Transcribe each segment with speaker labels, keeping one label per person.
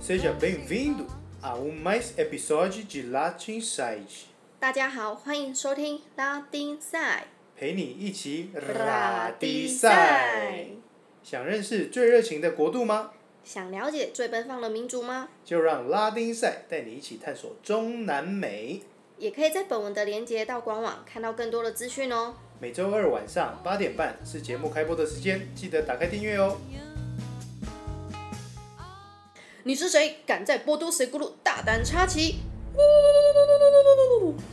Speaker 1: Seja bem-vindo a um mais episódio de Latin Side，
Speaker 2: 大家好，欢迎收听拉丁赛。
Speaker 1: 陪你一起拉低赛。想认识最热情的国度吗？
Speaker 2: 想了解最奔放的民族吗？
Speaker 1: 就让拉丁赛带你一起探索中南美。
Speaker 2: 也可以在本文的连接到官网看到更多的资讯哦。
Speaker 1: 每周二晚上八点半是节目开播的时间，记得打开订阅哦。
Speaker 2: 你是谁？敢在波多水咕噜大胆插旗？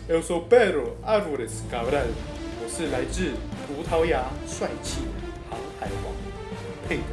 Speaker 1: Eu sou Pedro Álvares Cabral，我是来自葡萄牙帅气航海王佩德。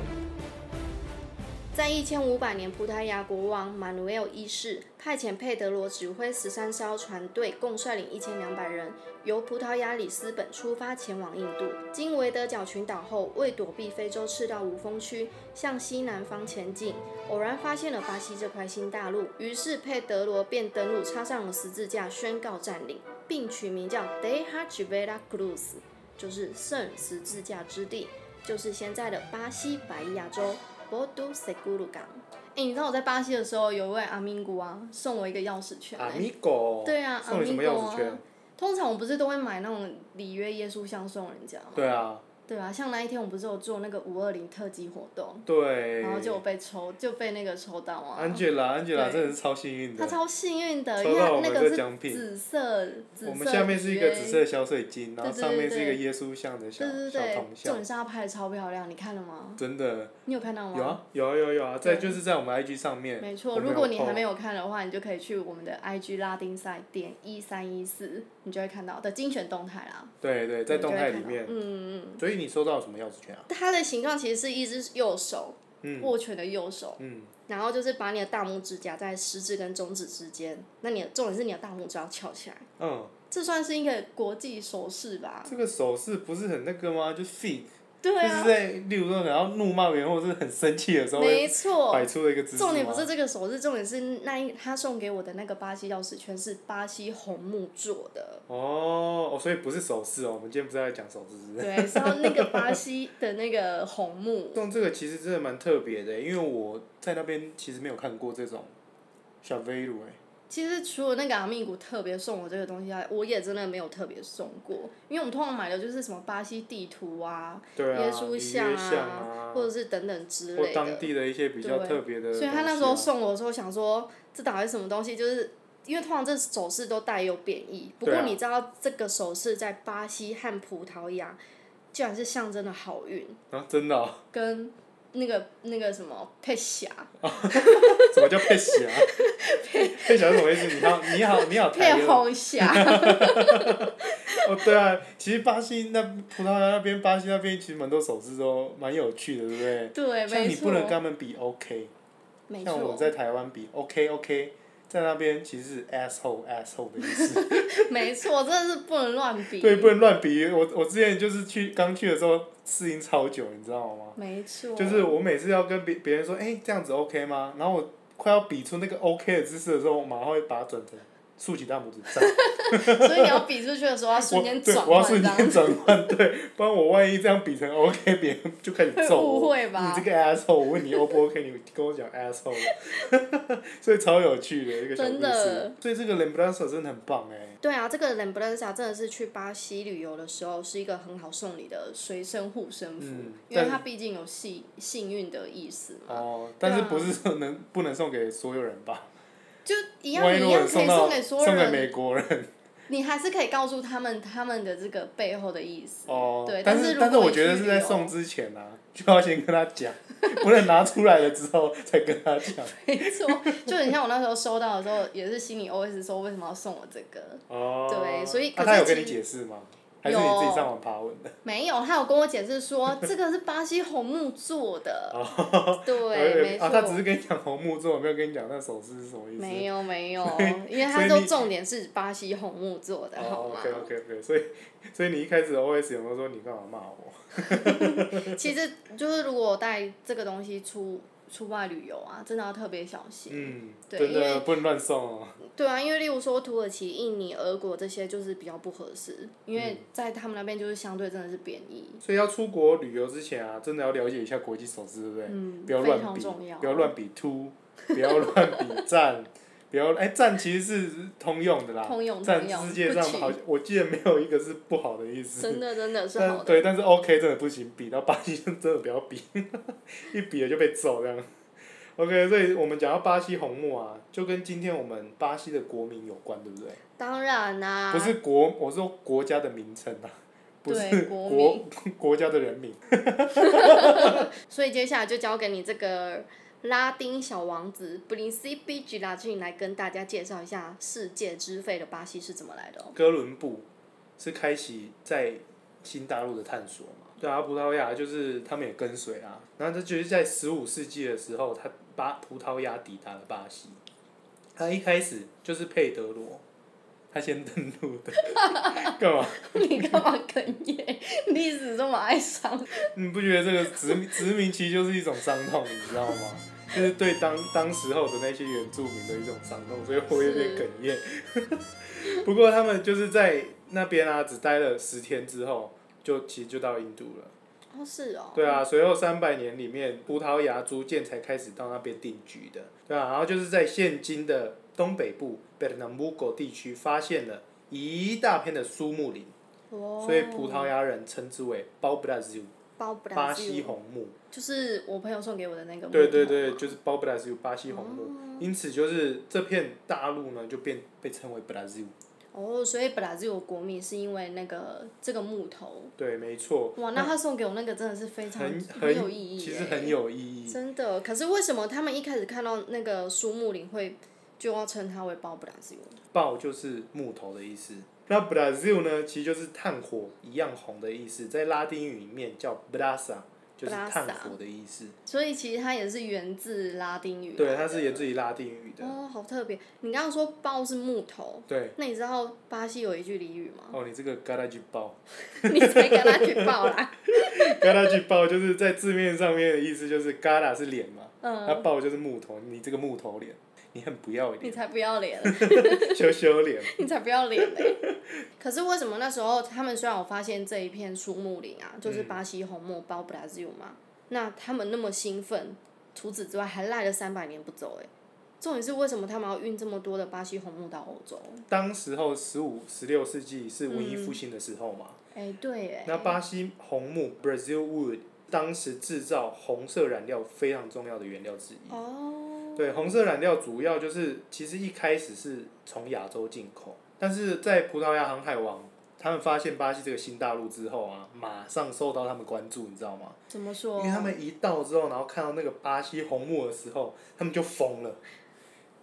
Speaker 2: 在一千五百年，葡萄牙国王马努埃尔一世派遣佩德罗指挥十三艘船队，共率领一千两百人，由葡萄牙里斯本出发前往印度。经维德角群岛后，为躲避非洲赤道无风区，向西南方前进，偶然发现了巴西这块新大陆，于是佩德罗便登陆，插上了十字架，宣告占领，并取名叫 Deja de Veracruz，就是圣十字架之地。就是现在的巴西百利亚州波多塞古鲁港。哎、你知道我在巴西的时候，有一位阿明姑啊送我一个钥匙圈、欸。
Speaker 1: Amigo，
Speaker 2: 对啊
Speaker 1: 送你什么钥匙
Speaker 2: Amigo
Speaker 1: 圈
Speaker 2: 啊？通常我不是都会买那种里约耶稣像送人家吗？
Speaker 1: 对啊，
Speaker 2: 对啊，像那一天我们不是有做那个五二零特辑活动，
Speaker 1: 对。
Speaker 2: 然后就有被抽，就被那个抽到啊。
Speaker 1: Angela，Angela
Speaker 2: 对
Speaker 1: 真的是超幸运
Speaker 2: 他
Speaker 1: 的。
Speaker 2: 超幸运的，
Speaker 1: 哎抽
Speaker 2: 因为
Speaker 1: 到我
Speaker 2: 他
Speaker 1: 们
Speaker 2: 那
Speaker 1: 的
Speaker 2: 个
Speaker 1: 奖
Speaker 2: 是
Speaker 1: 品
Speaker 2: 紫色，紫色
Speaker 1: 我们下面是一个
Speaker 2: 里约
Speaker 1: 紫色的小水晶，然后
Speaker 2: 对对
Speaker 1: 上面是
Speaker 2: 对
Speaker 1: 一个
Speaker 2: 对
Speaker 1: 耶稣像的小
Speaker 2: 对对
Speaker 1: 小
Speaker 2: 对
Speaker 1: 铜，
Speaker 2: 重
Speaker 1: 像
Speaker 2: 点，是他拍的超漂亮，你看了吗？
Speaker 1: 真的
Speaker 2: 你有看到吗？
Speaker 1: 有啊有啊有啊有啊，在
Speaker 2: 对
Speaker 1: 就是在我们 IG 上面，
Speaker 2: 没
Speaker 1: 我
Speaker 2: 错，
Speaker 1: 们
Speaker 2: 如果你
Speaker 1: po
Speaker 2: 还没有看的话，你就可以去我们的 IG 拉丁赛点一三一四，你就会看到的精选动态啦。
Speaker 1: 对对，在
Speaker 2: 你就
Speaker 1: 动
Speaker 2: 会
Speaker 1: 态
Speaker 2: 看
Speaker 1: 里
Speaker 2: 到
Speaker 1: 面，
Speaker 2: 嗯嗯嗯。
Speaker 1: 所以你收到什么钥匙圈啊？
Speaker 2: 它的形状其实是一只右手，
Speaker 1: 嗯
Speaker 2: 握拳的右手，
Speaker 1: 嗯，
Speaker 2: 然后就是把你的大拇指夹在食指跟中指之间，那你的重点是你的大拇指要翘起来，
Speaker 1: 嗯，
Speaker 2: 这算是一个国际手势吧？
Speaker 1: 这个手势不是很那个吗？就 fake，、
Speaker 2: 啊对
Speaker 1: 就是
Speaker 2: 啊，
Speaker 1: 在例如说，然后怒骂别人或者是很生气的时候会
Speaker 2: 没错，
Speaker 1: 摆出的一个姿势吗
Speaker 2: 重点不是这个手势，重点是那一他送给我的那个巴西钥匙圈是巴西红木做的。
Speaker 1: 哦，哦，所以不是手势哦，我们今天不是在讲手势，是不是？
Speaker 2: 对，然后那个巴西的那个红木，
Speaker 1: 送这个其实真的蛮特别的，因为我在那边其实没有看过这种小飞鲁哎，
Speaker 2: 其实除了那个阿密古特别送我这个东西外，我也真的没有特别送过，因为我们通常买的就是什么巴西地图啊、
Speaker 1: 对啊，
Speaker 2: 耶
Speaker 1: 里
Speaker 2: 稣
Speaker 1: 约
Speaker 2: 像
Speaker 1: 像
Speaker 2: 啊，或者是等等之
Speaker 1: 或
Speaker 2: 类
Speaker 1: 当
Speaker 2: 的。
Speaker 1: 地的一些比较
Speaker 2: 对
Speaker 1: 特别的东西啊、
Speaker 2: 所以他那时候送我的时候，想说这到底是什么东西？就是因为通常这首饰都带有贬义，不
Speaker 1: 对
Speaker 2: 过
Speaker 1: 啊
Speaker 2: 你知道这个首饰在巴西和葡萄牙，居然是象征的好运
Speaker 1: 啊，真的、哦，
Speaker 2: 跟那个那个什么佩霞。
Speaker 1: 哦 什么叫配喜啊？配喜是什么意思？你好，你好，你好 台
Speaker 2: 配
Speaker 1: 语
Speaker 2: 红霞，
Speaker 1: 哦，对啊，其实巴西那葡萄牙那边，巴西那边其实蛮多手势都蛮有趣的，对不对？
Speaker 2: 对，
Speaker 1: 像
Speaker 2: 没
Speaker 1: 你不能跟
Speaker 2: 错，
Speaker 1: 他们比 OK，
Speaker 2: 没
Speaker 1: 像我
Speaker 2: 错，
Speaker 1: 在台湾比 OK OK，在那边其实是 asshole asshole 的意思。
Speaker 2: 没错，真的是不能乱比。
Speaker 1: 对，不能乱比。我我之前就是去刚去的时候适应超久，你知道吗？
Speaker 2: 没错，
Speaker 1: 就是我每次要跟别别人说，哎、这样子 OK 吗？然后我快要比出那个 OK 的姿势的时候，我马上会把它转成竖起大拇指 站。
Speaker 2: 所以你要比出去的时候要瞬
Speaker 1: 我
Speaker 2: 间
Speaker 1: 对，
Speaker 2: 转
Speaker 1: 我要
Speaker 2: 换
Speaker 1: 瞬
Speaker 2: 这样，
Speaker 1: 间转换，对，不然我万一这样比成 OK，别 人就开始
Speaker 2: 会
Speaker 1: 揍我。
Speaker 2: 误会吧
Speaker 1: 你这个 asshole，我问你 O 不 OK，你跟我讲 asshole，所以超有趣的一个小故
Speaker 2: 真的
Speaker 1: 事。所以这个 Lembranza 真的很棒哎。
Speaker 2: 对啊，这个 l a m b r a n z a 真的是去巴西旅游的时候是一个很好送礼的随身护身符，
Speaker 1: 嗯
Speaker 2: 因为
Speaker 1: 但
Speaker 2: 它毕竟有幸幸运的意思嘛。
Speaker 1: 哦，但是
Speaker 2: 对啊
Speaker 1: 不是说能不能送给所有人吧？
Speaker 2: 就一样
Speaker 1: 万一
Speaker 2: 一
Speaker 1: 如
Speaker 2: 样
Speaker 1: 果
Speaker 2: 可
Speaker 1: 送
Speaker 2: 以送
Speaker 1: 到
Speaker 2: 给所有
Speaker 1: 送给
Speaker 2: 人，
Speaker 1: 美国人
Speaker 2: 你还是可以告诉他们他们的这个背后的意思。
Speaker 1: 哦，
Speaker 2: 对，
Speaker 1: 但
Speaker 2: 是
Speaker 1: 但
Speaker 2: 如
Speaker 1: 是
Speaker 2: 果
Speaker 1: 我
Speaker 2: 你
Speaker 1: 觉得
Speaker 2: 去
Speaker 1: 是
Speaker 2: 旅
Speaker 1: 在
Speaker 2: 游
Speaker 1: 送之前啊， 就要先跟他讲， 不能拿出来了之后才跟他讲。
Speaker 2: 没错，就很像我那时候收到的时候，也是心里 OS 说为什么要送我这个？
Speaker 1: 哦，
Speaker 2: 对所以
Speaker 1: 那、
Speaker 2: 可
Speaker 1: 他
Speaker 2: 是
Speaker 1: 有跟
Speaker 2: 其
Speaker 1: 你解释吗？还是你自己
Speaker 2: 有
Speaker 1: 上网爬文的？
Speaker 2: 没有，他有跟我解释说这个是巴西红木做的， 对，
Speaker 1: 对
Speaker 2: 没
Speaker 1: 哦
Speaker 2: 错
Speaker 1: 啊，，他只是跟你讲红木做，没有跟你讲那首诗是什么意思。
Speaker 2: 没
Speaker 1: 有。
Speaker 2: 有没有
Speaker 1: 所以，
Speaker 2: 因为
Speaker 1: 所以
Speaker 2: 他说
Speaker 1: 你
Speaker 2: 重点是巴西红木做的，好
Speaker 1: 哦
Speaker 2: 吗
Speaker 1: ，OK？OK OK，所以所以你一开始 OS 有没有说你干嘛骂 我？
Speaker 2: 其实就是如果我带这个东西出出外旅游啊，真的要特别小心。
Speaker 1: 嗯，
Speaker 2: 对
Speaker 1: 真
Speaker 2: 因为
Speaker 1: 的不能乱送哦。
Speaker 2: 对啊，因为例如说土耳其、印尼、俄国这些就是比较不合适，因
Speaker 1: 嗯
Speaker 2: 为在他们那边就是相对真的是贬义。
Speaker 1: 所以要出国旅游之前啊，真的要了解一下国际手势，对不对？
Speaker 2: 嗯，
Speaker 1: 不要
Speaker 2: 非
Speaker 1: 乱
Speaker 2: 常
Speaker 1: 比，
Speaker 2: 重要。
Speaker 1: 不要乱比 to 不要乱比赞，不要哎赞其实是通用的啦，
Speaker 2: 通用
Speaker 1: 赞
Speaker 2: 通用
Speaker 1: 世界上
Speaker 2: 不
Speaker 1: 好，我记得没有一个是不好的意思。
Speaker 2: 真的真的是好
Speaker 1: 但
Speaker 2: 的，
Speaker 1: 对，但是 OK 真的不行，比到巴西真的不要比， 一比了就被揍这样。OK，所以我们讲到巴西红木啊，就跟今天我们巴西的国民有关，对不对？
Speaker 2: 当然啦、
Speaker 1: 不是国，我说国家的名称啊，不
Speaker 2: 对
Speaker 1: 是
Speaker 2: 国
Speaker 1: 国 国家的人民。
Speaker 2: 所以接下来就交给你这个拉丁小王子布林 C B G 拉俊来跟大家介绍一下世界之肺的巴西是怎么来的、哦。
Speaker 1: 哥伦布是开启在新大陆的探索嘛，对啊，葡萄牙就是他们也跟随啊，然后这就是在十五世纪的时候，他巴葡萄牙抵达了巴西，他一开始就是佩德罗，他先登陆的， 干嘛？
Speaker 2: 你干嘛哽咽？历史这么哀伤，
Speaker 1: 你不觉得这个殖民殖民期就是一种伤痛，你知道吗？就是对当当时候的那些原住民的一种伤痛，所以我有点哽咽。 不过他们就是在那边啊，只待了十天之后，就其实就到印度了。
Speaker 2: 哦是哦，
Speaker 1: 对啊，随后三百年里面，葡萄牙逐渐才开始到那边定居的，对啊，然后就是在现今的东北部 Pernambuco 地区发现了一大片的苏木林，
Speaker 2: 哦，
Speaker 1: 所以葡萄牙人称之为 b a b r a z i l
Speaker 2: 包不
Speaker 1: 巴西红木。
Speaker 2: 就是我朋友送给我的那个木头，
Speaker 1: 对对对，就是包 Brazil 巴西红
Speaker 2: 哦
Speaker 1: 木，因此就是这片大陆呢就变被称为 Brazil。
Speaker 2: 哦，所以本来是有国民是因为那个这个木头，
Speaker 1: 对，没错，
Speaker 2: 哇，那他送给我那个真的是非常
Speaker 1: 很
Speaker 2: 有意义
Speaker 1: 其
Speaker 2: 耶，
Speaker 1: 实很有意义。
Speaker 2: 真的，可是为什么他们一开始看到那个苏木林会就要称它为包布拉斯油？
Speaker 1: 爆就是木头的意思。那 Brazil 呢，其实就是炭火一样红的意思，在拉丁语里面叫 brasa，就是
Speaker 2: Brasa
Speaker 1: 炭火的意思。
Speaker 2: 所以其实它也是源自拉丁语来的。
Speaker 1: 对，它是源自于拉丁语的。
Speaker 2: 哦，好特别！你刚刚说包是木头，
Speaker 1: 对，
Speaker 2: 那你知道巴西有一句俚语吗？
Speaker 1: 哦，你这个 garage 爆
Speaker 2: 你才跟他去报啦。
Speaker 1: ，garage 爆就是在字面上面的意思，就是 gara 是脸嘛，那
Speaker 2: 嗯，
Speaker 1: 爆就是木头，你这个木头脸，你很不要脸
Speaker 2: 你。才不要脸，
Speaker 1: 羞羞脸，
Speaker 2: 你才不要脸嘞！可是为什么那时候他们虽然有发现这一片树木林啊，就是
Speaker 1: 嗯
Speaker 2: 巴西红木包布拉斯油嘛，那他们那么兴奋，除此之外还赖了三百年不走哎、重点是为什么他们要运这么多的巴西红木到欧洲？
Speaker 1: 当时候十五、十六世纪是文艺复兴的时候嘛，
Speaker 2: 哎、对哎、
Speaker 1: 那巴西红木 （Brazil wood） 当时制造红色染料非常重要的原料之一。
Speaker 2: 哦，
Speaker 1: 对，红色染料主要就是其实一开始是从亚洲进口，但是在葡萄牙航海王他们发现巴西这个新大陆之后啊，马上受到他们关注，你知道吗？
Speaker 2: 怎么
Speaker 1: 因
Speaker 2: 说？
Speaker 1: 为他们一到之后，然后看到那个巴西红木的时候，他们就疯了。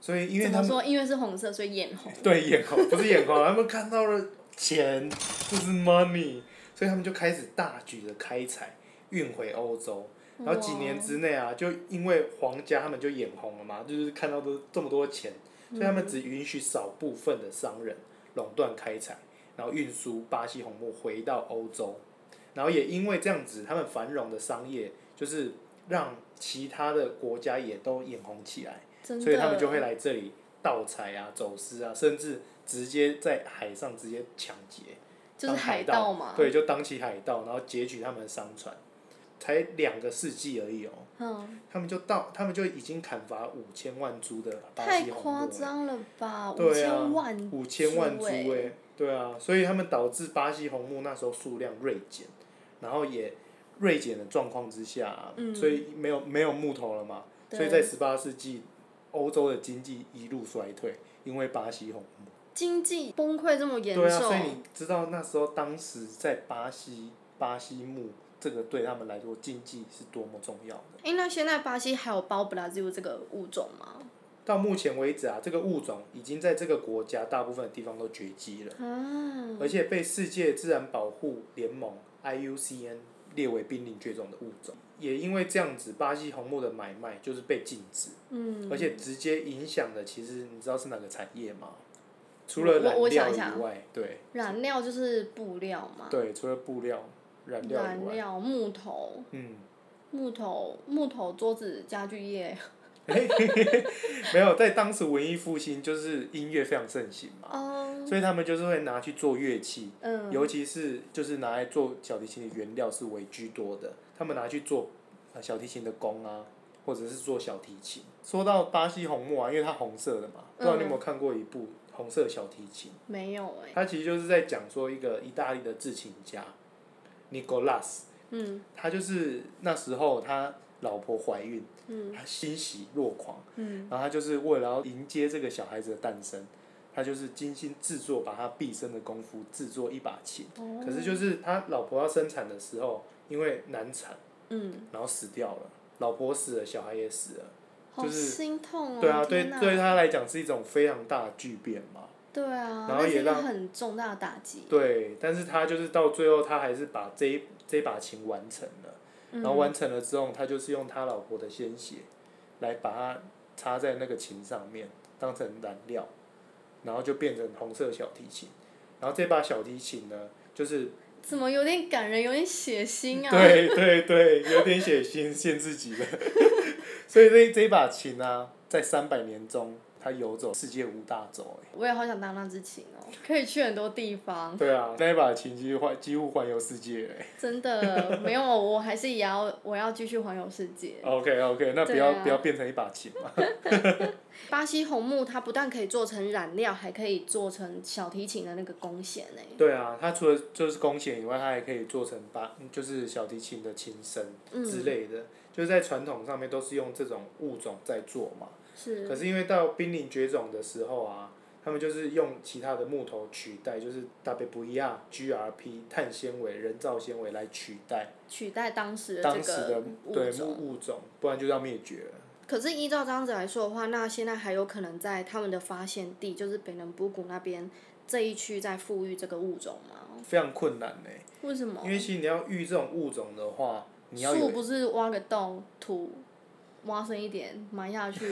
Speaker 1: 所以因为
Speaker 2: 怎
Speaker 1: 他
Speaker 2: 么
Speaker 1: 们
Speaker 2: 说？因为是红色，所以眼红。
Speaker 1: 对，眼红不是眼红，他们看到了钱，就是 money，所以他们就开始大举的开采，运回欧洲。然后几年之内啊，就因为皇家他们就眼红了嘛，就是看到都这么多钱，所以他们只允许少部分的商人垄断开采，然后运输巴西红木回到欧洲。然后也因为这样子，他们繁荣的商业就是让其他的国家也都眼红起来。
Speaker 2: 真的，
Speaker 1: 所以他们就会来这里盗采啊、走私啊，甚至直接在海上直接抢劫，
Speaker 2: 就是
Speaker 1: 当
Speaker 2: 海
Speaker 1: 盗
Speaker 2: 盗嘛。
Speaker 1: 对，就当起海盗，然后劫取他们的商船，才两个世纪而已哦，
Speaker 2: 嗯，
Speaker 1: 他们就到，他们就已经砍伐五千万株的巴
Speaker 2: 太
Speaker 1: 西红
Speaker 2: 夸
Speaker 1: 木了，
Speaker 2: 张了吧？五
Speaker 1: 对啊
Speaker 2: 千万，
Speaker 1: 五千万株
Speaker 2: 株欸
Speaker 1: 欸对啊，所以他们导致巴西红木那时候数量锐减，然后也锐减的状况之下啊、
Speaker 2: 嗯
Speaker 1: 所以没有没有木头了嘛，
Speaker 2: 对
Speaker 1: 所以在十八世纪，欧洲的经济一路衰退，因为巴西红木。
Speaker 2: 经济崩溃这么严
Speaker 1: 对啊，
Speaker 2: 重
Speaker 1: 所以，你知道那时候当时在巴西，巴西木这个对他们来说经济是多么重要的。
Speaker 2: 哎、那现在巴西还有包布拉吉乌这个物种吗？
Speaker 1: 到目前为止啊，这个物种已经在这个国家大部分的地方都绝迹了，
Speaker 2: 啊，
Speaker 1: 而且被世界自然保护联盟 IUCN 列为濒临绝种的物种。也因为这样子，巴西红木的买卖就是被禁止。
Speaker 2: 嗯，
Speaker 1: 而且直接影响的，其实你知道是哪个产业吗？除了
Speaker 2: 我我
Speaker 1: 染料
Speaker 2: 想一啊想
Speaker 1: 以外，对
Speaker 2: 染料就是布料嘛，
Speaker 1: 对，除了布料、染料以
Speaker 2: 染
Speaker 1: 外，
Speaker 2: 料、木头、
Speaker 1: 嗯，
Speaker 2: 木头、木头、桌子、家具业。
Speaker 1: 没有，在当时文艺复兴就是音乐非常盛行嘛，
Speaker 2: 哦，
Speaker 1: 所以他们就是会拿去做乐器，
Speaker 2: 嗯，
Speaker 1: 尤其是就是拿来做小提琴的原料是为居多的，他们拿去做呃小提琴的弓啊、或者是做小提琴。说到巴西红木啊，因为它红色的嘛，不知道你有没有看过一部《红色小提琴》？
Speaker 2: 没有哎、
Speaker 1: 它其实就是在讲说一个意大利的制琴家，Nicolas，
Speaker 2: 嗯
Speaker 1: 他就是那时候他老婆怀孕，
Speaker 2: 嗯
Speaker 1: 他欣喜若狂，
Speaker 2: 嗯，
Speaker 1: 然后他就是为了要迎接这个小孩子的诞生，他就是精心制作，把他毕生的功夫制作一把琴。
Speaker 2: 哦
Speaker 1: 可是就是他老婆要生产的时候，因为难产，
Speaker 2: 嗯，
Speaker 1: 然后死掉了，老婆死了，小孩也死了。
Speaker 2: 好
Speaker 1: 就是
Speaker 2: 心痛哦，
Speaker 1: 对啊，对
Speaker 2: 天哪
Speaker 1: 对他来讲是一种非常大的巨变嘛。
Speaker 2: 对啊，
Speaker 1: 然后
Speaker 2: 那是
Speaker 1: 也
Speaker 2: 一个
Speaker 1: 让
Speaker 2: 很重大的打击，
Speaker 1: 对，但是他就是到最后，他还是把这一这把琴完成了。
Speaker 2: 嗯
Speaker 1: 然后完成了之后，他就是用他老婆的鲜血来把它插在那个琴上面，当成燃料，然后就变成红色小提琴。然后这把小提琴呢， 就是、
Speaker 2: 怎么有点感人，有点血腥啊？，
Speaker 1: 对对对，有点血腥，限制级的。 所以这这一把琴啊，在三百年中，它游走世界五大洲、欸。
Speaker 2: 我也好想当那只琴哦，可以去很多地方，
Speaker 1: 对啊，那一把琴几乎环几乎环游世界、欸。
Speaker 2: 真的没有，我还是也要我要继续环游世界。
Speaker 1: OK OK，那不
Speaker 2: 对
Speaker 1: 要、
Speaker 2: 啊
Speaker 1: 不要变成一把琴嘛。
Speaker 2: 巴西红木它不但可以做成染料，还可以做成小提琴的那个弓弦欸呢。
Speaker 1: 对啊，它除了就是弓弦以外，它还可以做成把就是小提琴的琴身之
Speaker 2: 嗯，
Speaker 1: 类的，就是在传统上面都是用这种物种在做嘛。可
Speaker 2: 是，
Speaker 1: 是因为到濒临绝种的时候啊，他们就是用其他的木头取代，就是大贝布亚、GRP、碳纤维、人造纤维来取代
Speaker 2: 取代当时的
Speaker 1: 当
Speaker 2: 这
Speaker 1: 时的
Speaker 2: 个物
Speaker 1: 对木
Speaker 2: 种。
Speaker 1: 物种，不然就要灭绝了。
Speaker 2: 可是依照这样子来说的话，那现在还有可能在他们的发现地，就是北能布谷那边这一区在富裕这个物种吗？
Speaker 1: 非常困难呢、
Speaker 2: 为什么
Speaker 1: 因？为其实你要育这种物种的话，你要
Speaker 2: 树
Speaker 1: 有
Speaker 2: 不是挖个洞，土挖深一点，埋下去，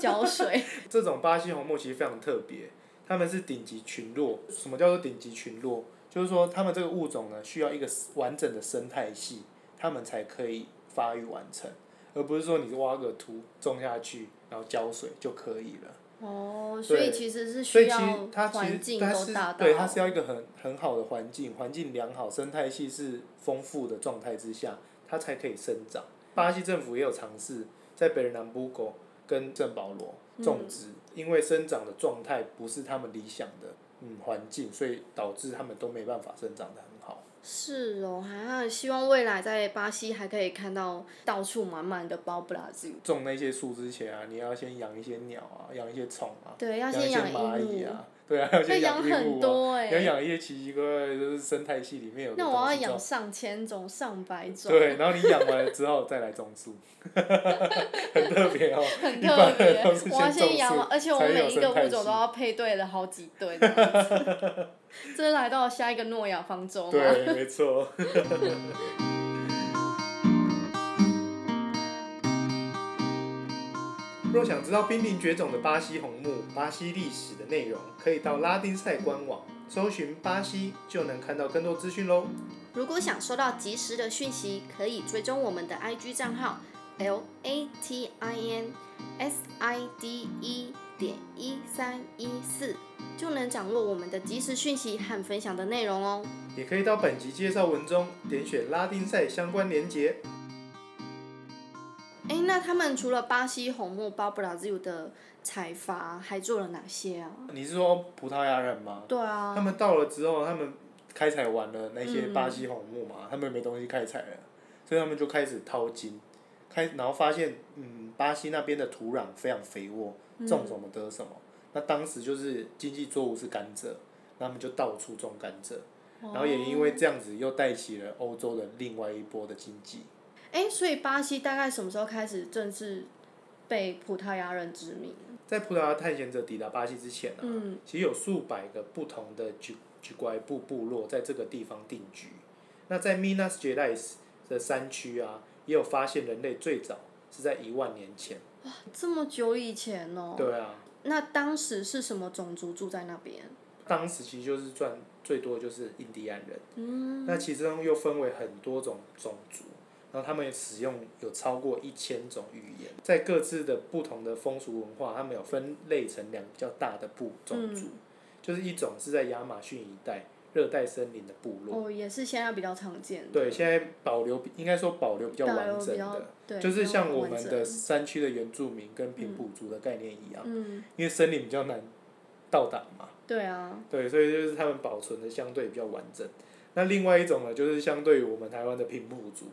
Speaker 2: 浇 水。
Speaker 1: 这种巴西红木其实非常特别，他们是顶级群落。什么叫做顶级群落？就是说他们这个物种呢，需要一个完整的生态系，他们才可以发育完成，而不是说你挖个土种下去，然后浇水就可以了。
Speaker 2: 哦，
Speaker 1: 对
Speaker 2: 所以其实是
Speaker 1: 所以
Speaker 2: 需
Speaker 1: 其
Speaker 2: 要
Speaker 1: 实它其
Speaker 2: 环
Speaker 1: 实
Speaker 2: 境
Speaker 1: 它
Speaker 2: 都
Speaker 1: 是
Speaker 2: 达到。
Speaker 1: 对它是要一个很很好的环境，环境良好，生态系是丰富的状态之下，它才可以生长。巴西政府也有尝试在北南布狗跟圣保罗
Speaker 2: 嗯
Speaker 1: 种植，因为生长的状态不是他们理想的嗯环境，所以导致他们都没办法生长的很好。
Speaker 2: 是哦，啊，希望未来在巴西还可以看到到处满满的包布拉吉。
Speaker 1: 种那些树之前啊，你要先养一些鸟啊，养一些虫啊，
Speaker 2: 对，要
Speaker 1: 养
Speaker 2: 先
Speaker 1: 一些
Speaker 2: 养
Speaker 1: 蚂蚁
Speaker 2: 鹦鹉，
Speaker 1: 啊，对啊，要
Speaker 2: 会
Speaker 1: 先
Speaker 2: 养
Speaker 1: 鹦
Speaker 2: 很
Speaker 1: 鹉啊。
Speaker 2: 多哎、
Speaker 1: 你要养一些奇奇怪怪的，就是生态系里面有的
Speaker 2: 那我要
Speaker 1: 东西种
Speaker 2: 养上千种、上百种，
Speaker 1: 对，然后你养完了之后再来种树，很特别 哦。
Speaker 2: 很
Speaker 1: 一
Speaker 2: 特
Speaker 1: 般人
Speaker 2: 别
Speaker 1: 都是。
Speaker 2: 我要
Speaker 1: 先种
Speaker 2: 先养完，
Speaker 1: 树
Speaker 2: 而且我
Speaker 1: 才有
Speaker 2: 每一
Speaker 1: 生
Speaker 2: 个
Speaker 1: 态
Speaker 2: 物种
Speaker 1: 系
Speaker 2: 都要配对了好几对这样 子。这来到下一个诺亚方舟嘛？
Speaker 1: 对，没错。 若想知道濒临绝种的巴西红木、巴西历史的内容，可以到拉丁赛官网搜寻巴西，就能看到更多资讯喽。
Speaker 2: 如果想收到及时的讯息，可以追踪我们的 IG 账号 L A T I N S I D E 点一三一四，就能掌握我们的及时讯息和分享的内容哦。
Speaker 1: 也可以到本集介绍文中点选拉丁赛相关连结。
Speaker 2: 哎，那他们除了巴西红木、巴布拉自由的采伐，还做了哪些啊？
Speaker 1: 你是说葡萄牙人吗？
Speaker 2: 对
Speaker 1: 他
Speaker 2: 啊，
Speaker 1: 们到了之后，他们开采完了那些
Speaker 2: 嗯
Speaker 1: 巴西红木嘛，他们没东西开采了，所以他们就开始淘金，开然后发现，嗯，巴西那边的土壤非常肥沃，
Speaker 2: 嗯
Speaker 1: 种什么得什么。那当时就是经济作物是甘蔗，那他们就到处种甘蔗，
Speaker 2: 哦
Speaker 1: 然后也因为这样子又带起了欧洲的另外一波的经济。
Speaker 2: 哎，所以巴西大概什么时候开始正式被葡萄牙人殖民？
Speaker 1: 在葡萄牙探险者抵达巴西之前啊，
Speaker 2: 嗯
Speaker 1: 其实有数百个不同的举举拐部部落在这个地方定居。那在 Minas Gerais 的山区啊，也有发现人类最早是在一万年前。
Speaker 2: 这么久以前哦。
Speaker 1: 对啊，
Speaker 2: 那当时是什么种族住在那边？
Speaker 1: 当时其实就是赚最多的就是印第安人。
Speaker 2: 嗯，
Speaker 1: 那其中又分为很多种种族，然后他们使用有超过一千种语言，在各自的不同的风俗文化，他们
Speaker 2: 嗯
Speaker 1: 有分类成两个比较大的部种族，就是一种是在亚马逊一带，热带森林的部落。
Speaker 2: 哦，也是现在比较常见的，
Speaker 1: 对，现在保留应该说保留比较
Speaker 2: 大
Speaker 1: 完
Speaker 2: 陆
Speaker 1: 整
Speaker 2: 比较
Speaker 1: 的，
Speaker 2: 对，
Speaker 1: 就是像我
Speaker 2: 比较
Speaker 1: 们
Speaker 2: 完
Speaker 1: 的
Speaker 2: 整
Speaker 1: 山区的原住民跟平埔族的概念一样，
Speaker 2: 嗯，
Speaker 1: 因为森林比较难到达嘛，
Speaker 2: 对啊，
Speaker 1: 对，所以就是他们保存的相对比较完整。那另外一种呢，就是相对于我们台湾的平埔族，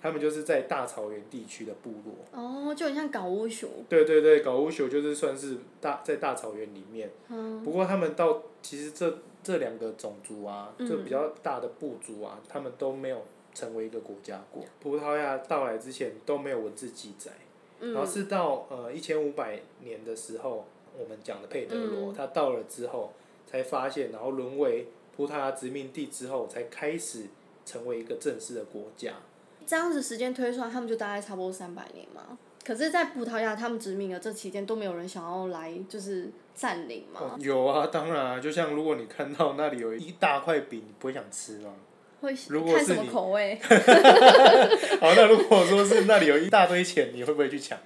Speaker 1: 他们就是在大草原地区的部落。
Speaker 2: 哦，就很像搞乌熊，
Speaker 1: 对对对，搞乌朽就是算是大在大草原里面，
Speaker 2: 嗯，
Speaker 1: 不过他们到其实这这两个种族啊，
Speaker 2: 嗯
Speaker 1: 就比较大的部族啊，他们都没有成为一个国家过。葡萄牙到来之前都没有文字记载，然后
Speaker 2: 嗯，
Speaker 1: 是到呃一千五百年的时候，我们讲的佩德罗，
Speaker 2: 嗯
Speaker 1: 他到了之后才发现，然后沦为葡萄牙殖民地之后，才开始成为一个正式的国家。
Speaker 2: 这样子时间推算，他们就大概差不多三百年嘛。可是，在葡萄牙他们殖民的这期间，都没有人想要来就是占领嘛，
Speaker 1: 哦有啊，当然啊，就像如果你看到那里有一大块饼，你不会想吃吗？
Speaker 2: 会
Speaker 1: 如果
Speaker 2: 看
Speaker 1: 是
Speaker 2: 什么
Speaker 1: 你
Speaker 2: 口味？
Speaker 1: 好，那如果说是那里有一大堆钱，你会不会去抢？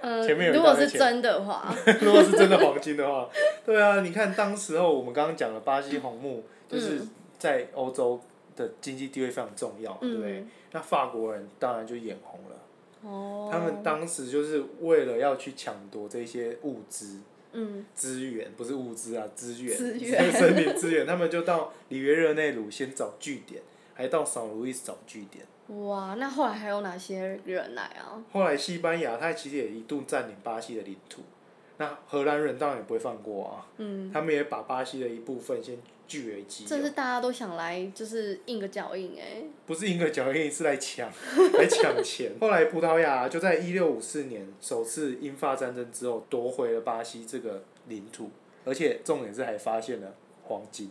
Speaker 2: 呃，
Speaker 1: 前面有一
Speaker 2: 如果
Speaker 1: 大堆
Speaker 2: 是
Speaker 1: 钱
Speaker 2: 真的话，
Speaker 1: 如果是真的黄金的话，对啊，你看当时候我们刚刚讲了巴西红木，
Speaker 2: 嗯
Speaker 1: 就是在欧洲的经济地位非常重要嘛，对不对？
Speaker 2: 嗯，
Speaker 1: 那法国人当然就眼红了，
Speaker 2: 哦，
Speaker 1: 他们当时就是为了要去抢夺这些物资
Speaker 2: 嗯，
Speaker 1: 资源，不是物资啊，资源，
Speaker 2: 资源
Speaker 1: 森林资源，他们就到里约热内卢先找据点，还到圣路易斯找据点。
Speaker 2: 哇，那后来还有哪些人来啊？
Speaker 1: 后来西班牙它其实也一度占领巴西的领土，那荷兰人当然也不会放过啊。
Speaker 2: 嗯，
Speaker 1: 他们也把巴西的一部分先据为己
Speaker 2: 真是
Speaker 1: 有，
Speaker 2: 大家都想来，就是印个脚印哎，
Speaker 1: 不是因为脚印是来抢， 来抢钱。后来葡萄牙就在一六五四年首次英法战争之后夺回了巴西这个领土，而且重点是还发现了黄金，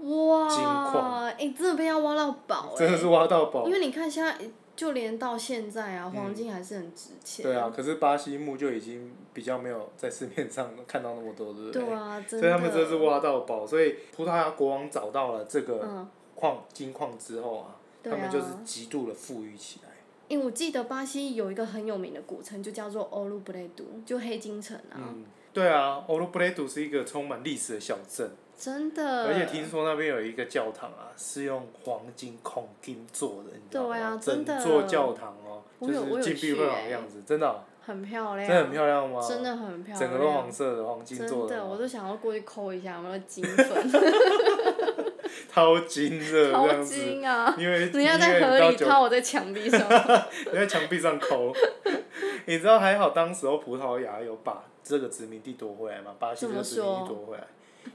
Speaker 1: 金
Speaker 2: 哇，
Speaker 1: 矿
Speaker 2: 哎、真的被他挖到宝哎、
Speaker 1: 真的是挖到宝
Speaker 2: 因。为你看现在，就连到现在啊，
Speaker 1: 嗯
Speaker 2: 黄金还是很值钱。
Speaker 1: 对啊，，可是巴西木就已经比较没有在市面上看到那么多，对不对？
Speaker 2: 对啊，真的。
Speaker 1: 所以他们这是挖到宝，所以葡萄牙国王找到了这个
Speaker 2: 嗯，
Speaker 1: 矿金矿之后啊，
Speaker 2: 对
Speaker 1: 他
Speaker 2: 啊。
Speaker 1: 们就是极度的富裕起来。
Speaker 2: 因为我记得巴西有一个很有名的古城，就叫做欧陆布雷杜，就黑金城啊，
Speaker 1: 嗯，对啊，欧罗布雷杜是一个充满历史的小镇，
Speaker 2: 真的。
Speaker 1: 而且听说那边有一个教堂啊，是用黄金、孔金做的，你知道吗？
Speaker 2: 对啊
Speaker 1: 整
Speaker 2: 真的
Speaker 1: 座教堂哦，
Speaker 2: 我
Speaker 1: 就
Speaker 2: 有我
Speaker 1: 是
Speaker 2: 有
Speaker 1: 金碧辉煌的样子，真的哦、
Speaker 2: 很漂亮，
Speaker 1: 真的很漂亮吗？
Speaker 2: 真的很漂亮，
Speaker 1: 整个都黄色的，黄金做
Speaker 2: 真的，我
Speaker 1: 哦，
Speaker 2: 都想要过去抠一下有没 有金粉，
Speaker 1: 掏金的这
Speaker 2: 掏
Speaker 1: 样子，
Speaker 2: 金啊！
Speaker 1: 因 为
Speaker 2: 人家在河里掏，我在墙壁 上。
Speaker 1: 你在墙壁上抠。你知道还好，当时候葡萄牙有把这个殖民地夺回来嘛？巴西这个殖民地
Speaker 2: 怎么说
Speaker 1: 夺回来，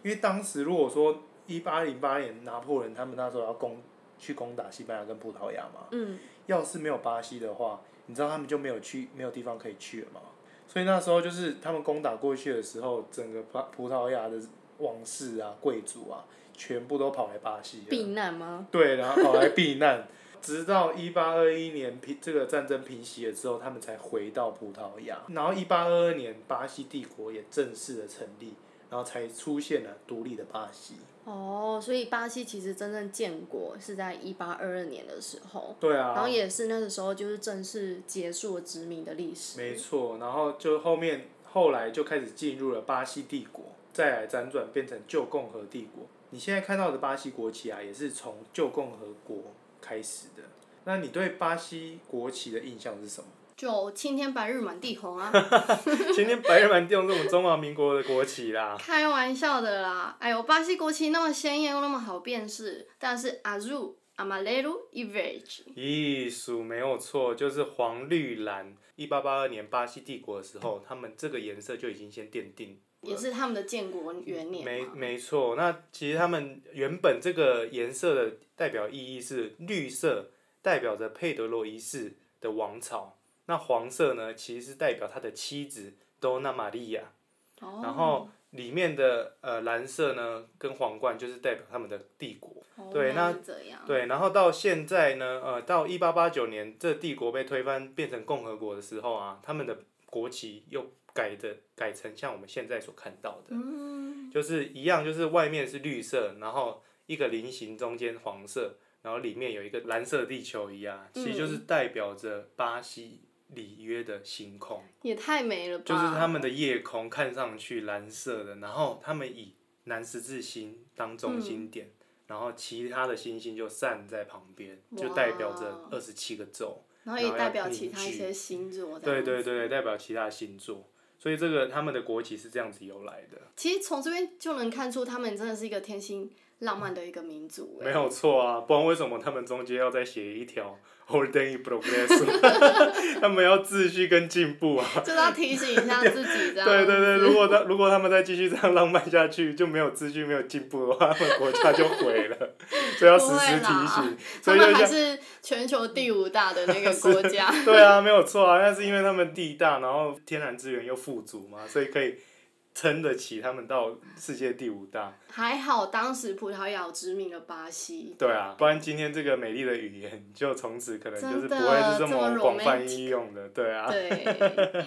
Speaker 1: 因为当时如果说一八零八年拿破仑他们那时候要攻去攻打西班牙跟葡萄牙嘛，
Speaker 2: 嗯，
Speaker 1: 要是没有巴西的话，你知道他们就没有去没有地方可以去了嘛。所以那时候就是他们攻打过去的时候，整个葡葡萄牙的王室啊、贵族啊，全部都跑来巴西了。
Speaker 2: 避难吗？
Speaker 1: 对，然后跑来避难， 直到一八二一年平这个战争平息了之后，他们才回到葡萄牙。然后一八二二年，巴西帝国也正式的成立，然后才出现了独立的巴西。
Speaker 2: 哦，所以巴西其实真正建国是在一八二二年的时候，
Speaker 1: 对
Speaker 2: 然后
Speaker 1: 啊，
Speaker 2: 也是那个时候就是正式结束了殖民的历史。
Speaker 1: 没错。然后就后面后来就开始进入了巴西帝国，再来辗转变成旧共和帝国。你现在看到的巴西国旗啊，也是从旧共和国开始的。那你对巴西国旗的印象是什么？
Speaker 2: 就青天白日满地红啊，
Speaker 1: 今天白日满地用这种中华民国的国旗啦。
Speaker 2: 开玩笑的啦！哎呦，巴西国旗那么鲜艳又那么好辨识，但是 Azul、Amarelo e Verde，
Speaker 1: 艺术没有错，就是黄绿蓝。一八八二年巴西帝国的时候，他们这个颜色就已经先奠定。
Speaker 2: 也是他们的建国元年
Speaker 1: 没
Speaker 2: 嘛
Speaker 1: 没错，那其实他们原本这个颜色的代表意义是绿色，代表着佩德罗一世的王朝。那黄色呢，其实是代表他的妻子多纳玛利亚。
Speaker 2: 哦
Speaker 1: 然后里面的呃蓝色呢，跟皇冠就是代表他们的帝国。
Speaker 2: 哦
Speaker 1: 对
Speaker 2: 原来
Speaker 1: 那
Speaker 2: 是这样，
Speaker 1: 对，然后到现在呢，呃，到一八八九年这帝国被推翻变成共和国的时候啊，他们的国旗又改的改成像我们现在所看到的，
Speaker 2: 嗯，
Speaker 1: 就是一样，就是外面是绿色，然后一个菱形中间黄色，然后里面有一个蓝色地球仪啊，其实就是代表着巴西里约的星空。
Speaker 2: 也太美了吧！
Speaker 1: 就是他们的夜空
Speaker 2: 嗯
Speaker 1: 看上去蓝色的，然后他们以南十字星当中心点，然后其他的星星就散在旁边，就代表着
Speaker 2: 哇
Speaker 1: 二十七个州。
Speaker 2: 然后
Speaker 1: 然
Speaker 2: 也
Speaker 1: 后
Speaker 2: 代
Speaker 1: 要
Speaker 2: 表
Speaker 1: 凝
Speaker 2: 其他一
Speaker 1: 聚
Speaker 2: 些星座这
Speaker 1: 对
Speaker 2: 样
Speaker 1: 对
Speaker 2: 子
Speaker 1: 对，代表其他星座，所以这个他们的国旗是这样子由来的，
Speaker 2: 其实从这边就能看出，他们真的是一个天性浪漫的一个民族。哎
Speaker 1: 没有错啊，不然为什么他们中间要再写一条 “Orden i progresso”？他 们要秩序跟进步啊！
Speaker 2: 就是要提醒一下自己，这样。
Speaker 1: 对对对，如果他如果他们再继续这样浪漫下去，就没有秩序、没有进步的话，他们国家就毁了，所以要时
Speaker 2: 不会
Speaker 1: 时提
Speaker 2: 啦
Speaker 1: 醒。
Speaker 2: 他
Speaker 1: 所以就
Speaker 2: 们还
Speaker 1: 像
Speaker 2: 是全球第五大的那个国家，
Speaker 1: 对啊，没有错啊，那是因为他们地大，然后天然资源又富足嘛，所以可以撑得起他们到世界第五大。
Speaker 2: 还好当时葡萄牙有殖民了巴西。
Speaker 1: 对啊，不然今天这个美丽的语言就从此可能就是不会是
Speaker 2: 真的这
Speaker 1: 么
Speaker 2: 么
Speaker 1: 广泛
Speaker 2: romantic
Speaker 1: 应用的，对啊。
Speaker 2: 对。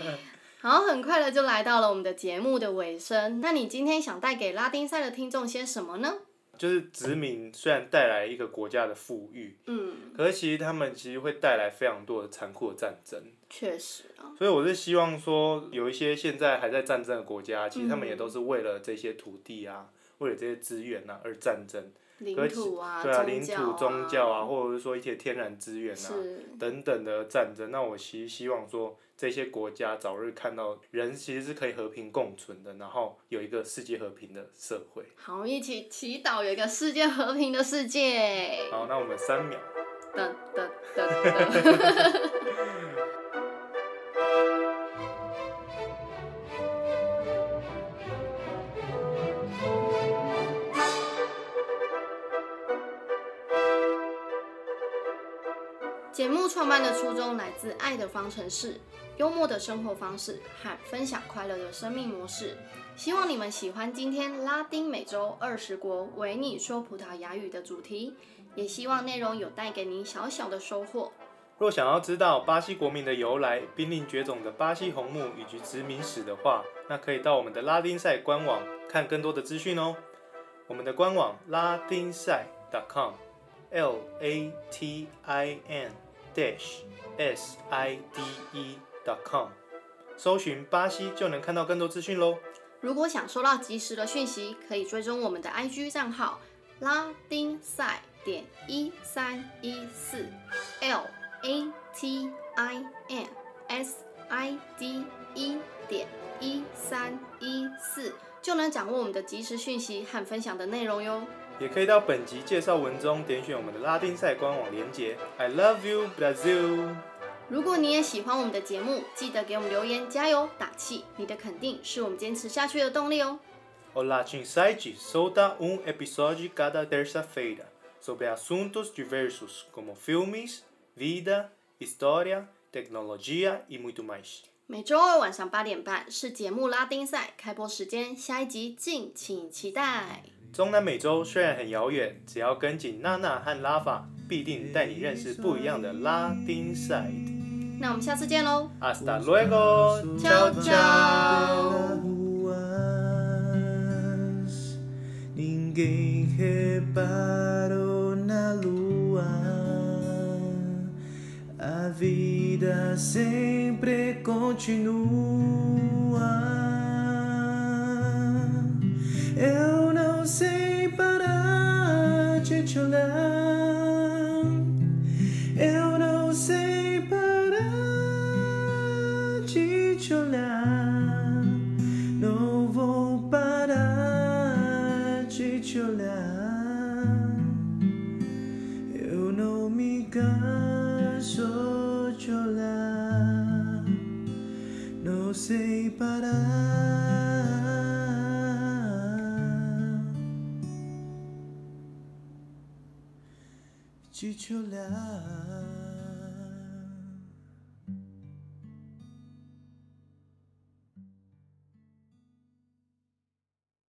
Speaker 2: 好，很快的就来到了我们的节目的尾声。那你今天想带给拉丁赛的听众些什么呢？
Speaker 1: 就是殖民虽然带来一个国家的富裕，
Speaker 2: 嗯，
Speaker 1: 可是其实他们其实会带来非常多的残酷的战争。
Speaker 2: 确实啊，
Speaker 1: 所以我是希望说，有一些现在还在战争的国家，其实他们
Speaker 2: 嗯
Speaker 1: 也都是为了这些土地啊，为了这些资源啊而战争。
Speaker 2: 领
Speaker 1: 可是
Speaker 2: 土啊，
Speaker 1: 对啊，
Speaker 2: 宗
Speaker 1: 领
Speaker 2: 教
Speaker 1: 土、宗教啊，或者是说一些天然资源啊，
Speaker 2: 是
Speaker 1: 等等的战争，那我其实希望说这些国家早日看到人其实是可以和平共存的，然后有一个世界和平的社会。
Speaker 2: 好，一起祈祷有一个世界和平的世界。
Speaker 1: 好，那我们三秒。
Speaker 2: 噔噔噔噔。节目创办的初衷来自爱的方程式，幽默的生活方式和分享快乐的生命模式。希望你们喜欢今天拉丁美洲二十国为你说葡萄牙语的主题，也希望内容有带给您小小的收获。
Speaker 1: 若想要知道巴西国民的由来、濒临绝种的巴西红木以及殖民史的话，那可以到我们的拉丁赛官网看更多的资讯哦。我们的官网拉丁赛 .com，l a t i n dash s i d e dot com，搜寻巴西就能看到更多资讯喽。
Speaker 2: 如果想收到及时的讯息，可以追踪我们的 IG 账号拉丁赛点一三一四 L A T I N S I D E 点一三一四，就能掌握我们的及时讯息和分享的内容哟。
Speaker 1: 也可以到本集介绍文中点选我们的拉丁赛官网连接。I love you Brazil。
Speaker 2: 如果你也喜欢我们的节目，记得给我们留言加油打气，你的肯定是我们坚持下去的动力哦。
Speaker 1: O Latin Site solta um episódio cada terça-feira sobre assuntos diversos como filmes, vida, história, tecnologia e muito mais.
Speaker 2: 每周二晚上八点半是节目拉丁赛开播时间，下一集敬请期待。
Speaker 1: 中南美洲虽然很遥远，只要跟紧娜娜和拉法，必定带你认识不一样的拉丁 side。
Speaker 2: 那我们下次见喽。
Speaker 1: Hasta luego，
Speaker 2: Ciao, ciao.
Speaker 3: ruas, ninguém reparou na lua. A vida sempre continua. Eu não sei parar de te olhar. Eu não sei parar de te olhar. Não vou parar de te olhar. Eu não me canso de olhar. Não sei parar de te olhar.